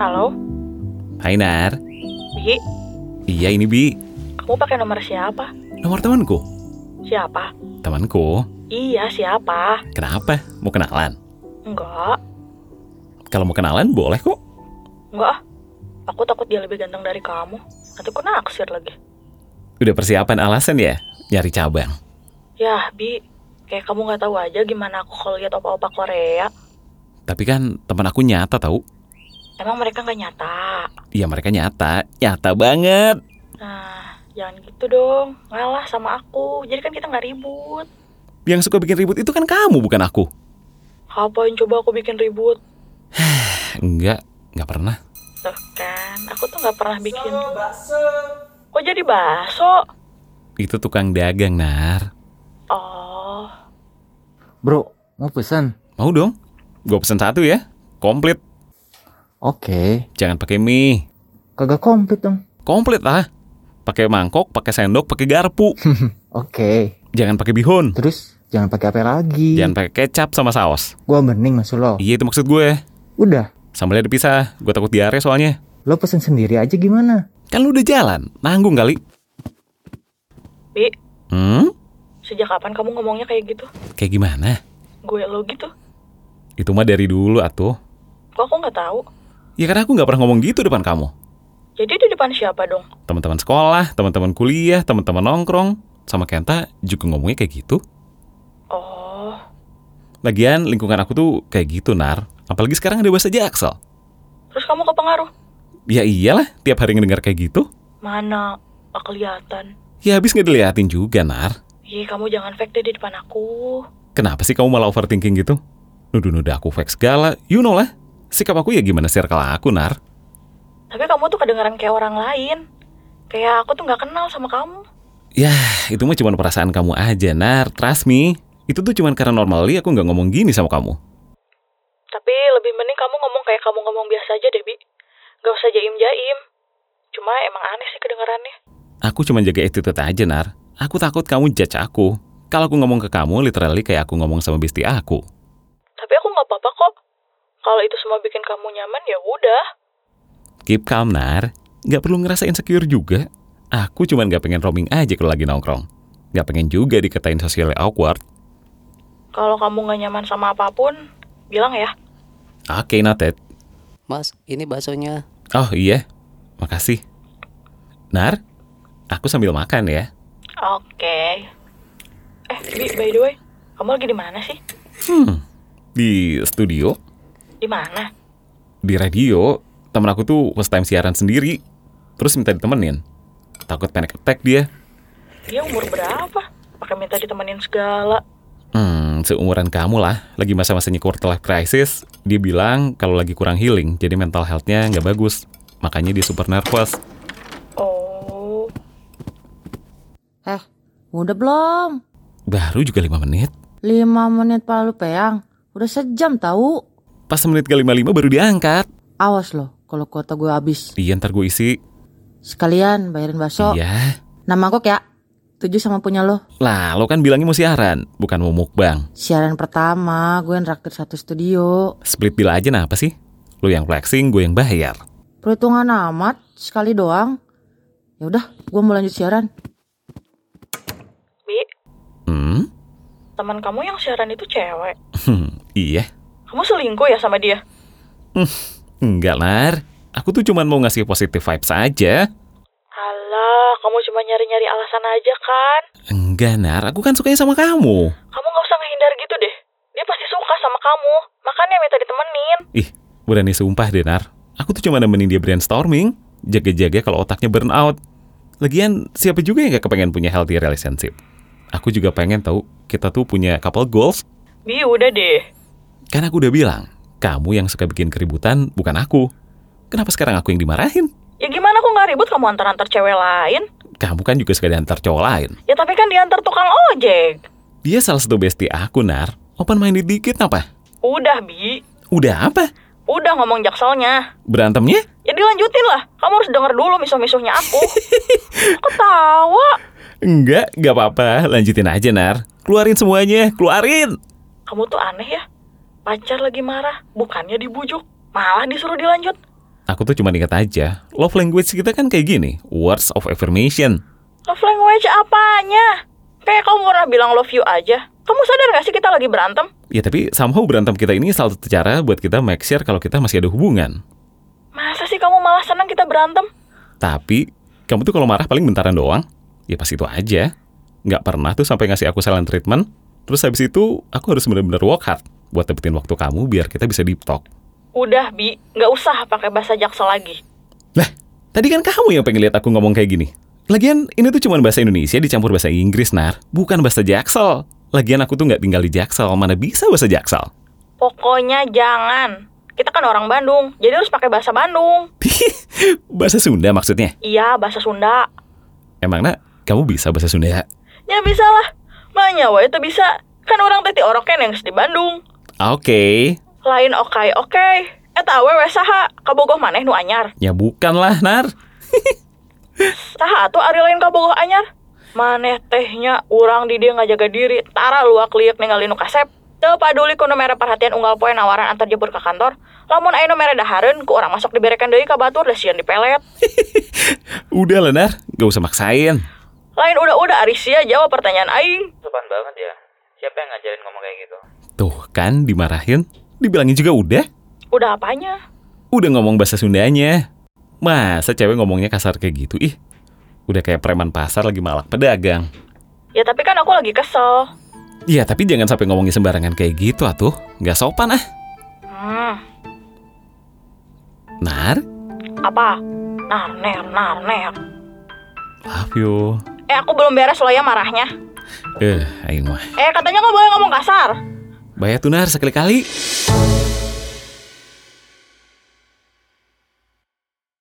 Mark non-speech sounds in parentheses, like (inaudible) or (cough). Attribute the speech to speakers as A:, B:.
A: Halo,
B: Hai Nar.
A: Bi,
B: Iya ini Bi.
A: kamu pakai nomor siapa?
B: Nomor temanku.
A: Siapa?
B: Temanku.
A: Iya, siapa?
B: Kenapa? Mau kenalan?
A: Enggak,
B: Kalau mau kenalan boleh kok.
A: enggak. ah. Aku takut dia lebih ganteng dari kamu. Nanti aku naksir lagi.
B: Udah persiapan alasan ya? Nyari cabang.
A: Yah, Ya, Bi, kayak kamu nggak tahu aja gimana aku kalau lihat opa-opa Korea.
B: Tapi kan teman aku nyata tahu.
A: Emang mereka nggak nyata?
B: Iya mereka nyata. Nyata banget.
A: Nah, jangan gitu dong. Ngalah sama aku. Jadi kan kita nggak ribut.
B: Yang suka bikin ribut itu kan kamu bukan aku.
A: Ngapain coba aku bikin ribut?
B: Enggak. Enggak pernah.
A: Tuh kan, aku tuh nggak pernah bikin. Kok jadi bakso?
B: Itu tukang dagang Nar.
A: Oh,
C: Bro, mau pesan?
B: Mau dong? Gue pesen satu ya. Komplit.
C: Oke,
B: Jangan pakai mie.
C: kagak komplit dong.
B: Komplit lah. Pakai mangkok, pakai sendok, pakai garpu.
C: Oke,
B: Jangan pakai bihun.
C: terus jangan pakai apa lagi?
B: Jangan pakai kecap sama saus.
C: Gua bening masuk lo.
B: Iya itu maksud gue.
C: Udah,
B: Sambalnya dipisah. Gue takut diare soalnya.
C: lo pesen sendiri aja gimana?
B: Kan lu udah jalan, nanggung kali.
A: Bi,
B: Hmm?
A: sejak kapan kamu ngomongnya kayak gitu?
B: Kayak gimana?
A: Gue lo gitu?
B: Itu mah dari dulu atuh.
A: Kok aku nggak tahu?
B: Ya karena aku nggak pernah ngomong gitu depan kamu.
A: Jadi di depan siapa dong?
B: Teman-teman sekolah, teman-teman kuliah, teman-teman nongkrong, sama Kenta juga ngomongnya kayak gitu.
A: Oh,
B: Lagian lingkungan aku tuh kayak gitu, Nar. Apalagi sekarang ada bahasa Jaksel.
A: terus kamu kepengaruh?
B: Ya iyalah, tiap hari ngedengar kayak gitu.
A: Mana? Gak kelihatan.
B: Ya habis nggak diliatin juga, Nar.
A: Ih, kamu jangan fake deh di depan aku.
B: Kenapa sih kamu malah overthinking gitu? Nuduh-nuduh aku fake segala, you know lah. Sikap aku ya gimana circle aku, Nar.
A: Tapi kamu tuh kedengaran kayak orang lain. Kayak aku tuh nggak kenal sama kamu.
B: Yah, itu mah cuma perasaan kamu aja, Nar. Trust me. Itu tuh cuma karena normally aku nggak ngomong gini sama kamu.
A: Tapi lebih mending kamu ngomong kayak kamu ngomong biasa aja deh, Bi. Gak usah jaim-jaim. Cuma emang aneh sih kedengarannya.
B: Aku cuma jaga attitude aja, Nar. Aku takut kamu judge aku. Kalau aku ngomong ke kamu, literally kayak aku ngomong sama bestie aku.
A: Tapi aku nggak apa-apa kok. Kalau itu semua bikin kamu nyaman ya udah.
B: Keep calm, Nar. Nggak perlu ngerasa insecure juga. Aku cuma nggak pengen roaming aja kalau lagi nongkrong. Nggak pengen juga dikatain socially awkward.
A: Kalau kamu nggak nyaman sama apapun, bilang ya.
B: Oke, noted.
D: Mas, ini baksonya.
B: Oh iya, makasih. Nar, aku sambil makan ya.
A: Oke. Eh, Bi, by the way, kamu lagi di mana sih?
B: Hmm, di studio
A: Di mana?
B: di radio temen aku tuh first time siaran sendiri terus minta ditemenin takut panic attack dia
A: Dia umur berapa? Pakai minta ditemenin segala.
B: hmm seumuran kamu lah lagi masa-masanya quarter life crisis dia bilang kalau lagi kurang healing jadi mental healthnya nggak bagus makanya dia super nervous
A: Oh,
E: Eh, udah belum?
B: baru juga lima menit
E: Lima menit palu peyang, udah sejam tahu.
B: pas menit ke 55 baru diangkat
E: Awas loh, kalau kuota gue habis.
B: iya ntar gue isi
E: Sekalian bayarin bakso.
B: iya
E: Nama kok ya? Tujuh sama punya lo.
B: lah lo kan bilangnya mau siaran bukan mau mukbang
E: Siaran pertama, gue nraktir satu studio.
B: split bill aja nah apa sih lo yang flexing gue yang bayar
E: Perhitungan amat, sekali doang. Ya udah, gue mau lanjut siaran.
A: Bi,
B: hmm (laughs)
A: teman kamu yang siaran itu cewek.
B: iya
A: Kamu selingkuh ya sama dia?
B: Enggak, Lar. Aku tuh cuman mau ngasih positive vibes aja.
A: Alah, kamu cuma nyari-nyari alasan aja kan?
B: Enggak, Nar. Aku kan sukanya sama kamu.
A: Kamu nggak usah ngehindar gitu deh. Dia pasti suka sama kamu. Makanya minta ditemenin.
B: Ih, berani sumpah deh, Nar. Aku tuh cuma nemenin dia brainstorming. Jaga-jaga kalau otaknya burn out. Lagian, siapa juga yang gak kepengen punya healthy relationship? Aku juga pengen tahu kita tuh punya couple goals.
A: Bi, udah deh.
B: Kan aku udah bilang, kamu yang suka bikin keributan bukan aku. Kenapa sekarang aku yang dimarahin?
A: Ya gimana aku nggak ribut kamu antar-antar cewek lain?
B: Kamu kan juga suka diantar cowok lain.
A: Ya tapi kan diantar tukang ojek.
B: Dia salah satu bestie aku, Nar. Open-minded dikit apa?
A: Udah, Bi.
B: Udah apa?
A: Udah ngomong jakselnya.
B: Berantemnya?
A: Ya dilanjutin lah. Kamu harus denger dulu misuh-misuhnya aku. Ketawa.
B: Enggak, enggak apa-apa. Lanjutin aja, Nar. Keluarin semuanya, keluarin.
A: Kamu tuh aneh ya. Pacar lagi marah, bukannya dibujuk, malah disuruh dilanjut.
B: Aku tuh cuma ingat aja, love language kita kan kayak gini, words of affirmation.
A: Love language apanya? Kayak kamu pernah bilang love you aja. Kamu sadar gak sih kita lagi berantem?
B: Ya tapi somehow berantem kita ini salah satu cara buat kita make sure kalau kita masih ada hubungan.
A: Masa sih kamu malah senang kita berantem?
B: Tapi kamu tuh kalau marah paling bentaran doang. Ya pas itu aja. Nggak pernah tuh sampai ngasih aku silent treatment. Terus habis itu aku harus bener-bener work hard buat dapetin waktu kamu biar kita bisa deep talk.
A: Udah, Bi. Nggak usah pakai bahasa jaksa lagi.
B: Lah, tadi kan kamu yang pengen lihat aku ngomong kayak gini. Lagian ini tuh cuma bahasa Indonesia dicampur bahasa Inggris, Nar. Bukan bahasa Jaksel. Lagian aku tuh nggak tinggal di Jaksel, mana bisa bahasa Jaksel.
A: Pokoknya jangan. Kita kan orang Bandung, jadi harus pakai bahasa Bandung.
B: bahasa Sunda maksudnya.
A: Iya, bahasa Sunda.
B: Emang, Nak, kamu bisa bahasa Sunda ya?
A: Ya bisa lah. Manyawa itu bisa. Kan orang tadi oroken yang di Bandung.
B: Oke.
A: Lain oke oke. Eta awewe saha, kabogoh maneh nu anyar.
B: Ya bukan lah, Nar.
A: Saha atuh ari lain kabogoh anyar. Maneh tehnya urang di dia nggak jaga diri, tara luak liuk ninggalin nu kasep. Teu paduli ku nu mere perhatian unggal poe nawaran antar jebur ke kantor. Lamun aya nu mere dahareun ku urang masuk diberekan deui ka batur da sieun dipelet.
B: Udah lah, Nar. Gak usah maksain.
A: Lain udah-udah ari sia jawab pertanyaan aing.
F: Sopan banget ya. Siapa yang ngajarin ngomong kayak gitu?
B: Tuh kan, dimarahin. Dibilangin juga udah.
A: Udah apanya?
B: Udah ngomong bahasa Sundanya. Masa cewek ngomongnya kasar kayak gitu? Ih, udah kayak preman pasar lagi malak pedagang.
A: Ya tapi kan aku lagi kesel.
B: Iya, tapi jangan sampai ngomongin sembarangan kayak gitu atuh. Nggak sopan ah.
A: Hmm,
B: Nar,
A: apa? Nar, ner, nar, ner.
B: love you.
A: Eh aku belum beres loh ya marahnya.
B: Eh, aing mah.
A: Eh katanya nggak boleh ngomong kasar.
B: Bayar tuh Nar sekali-kali.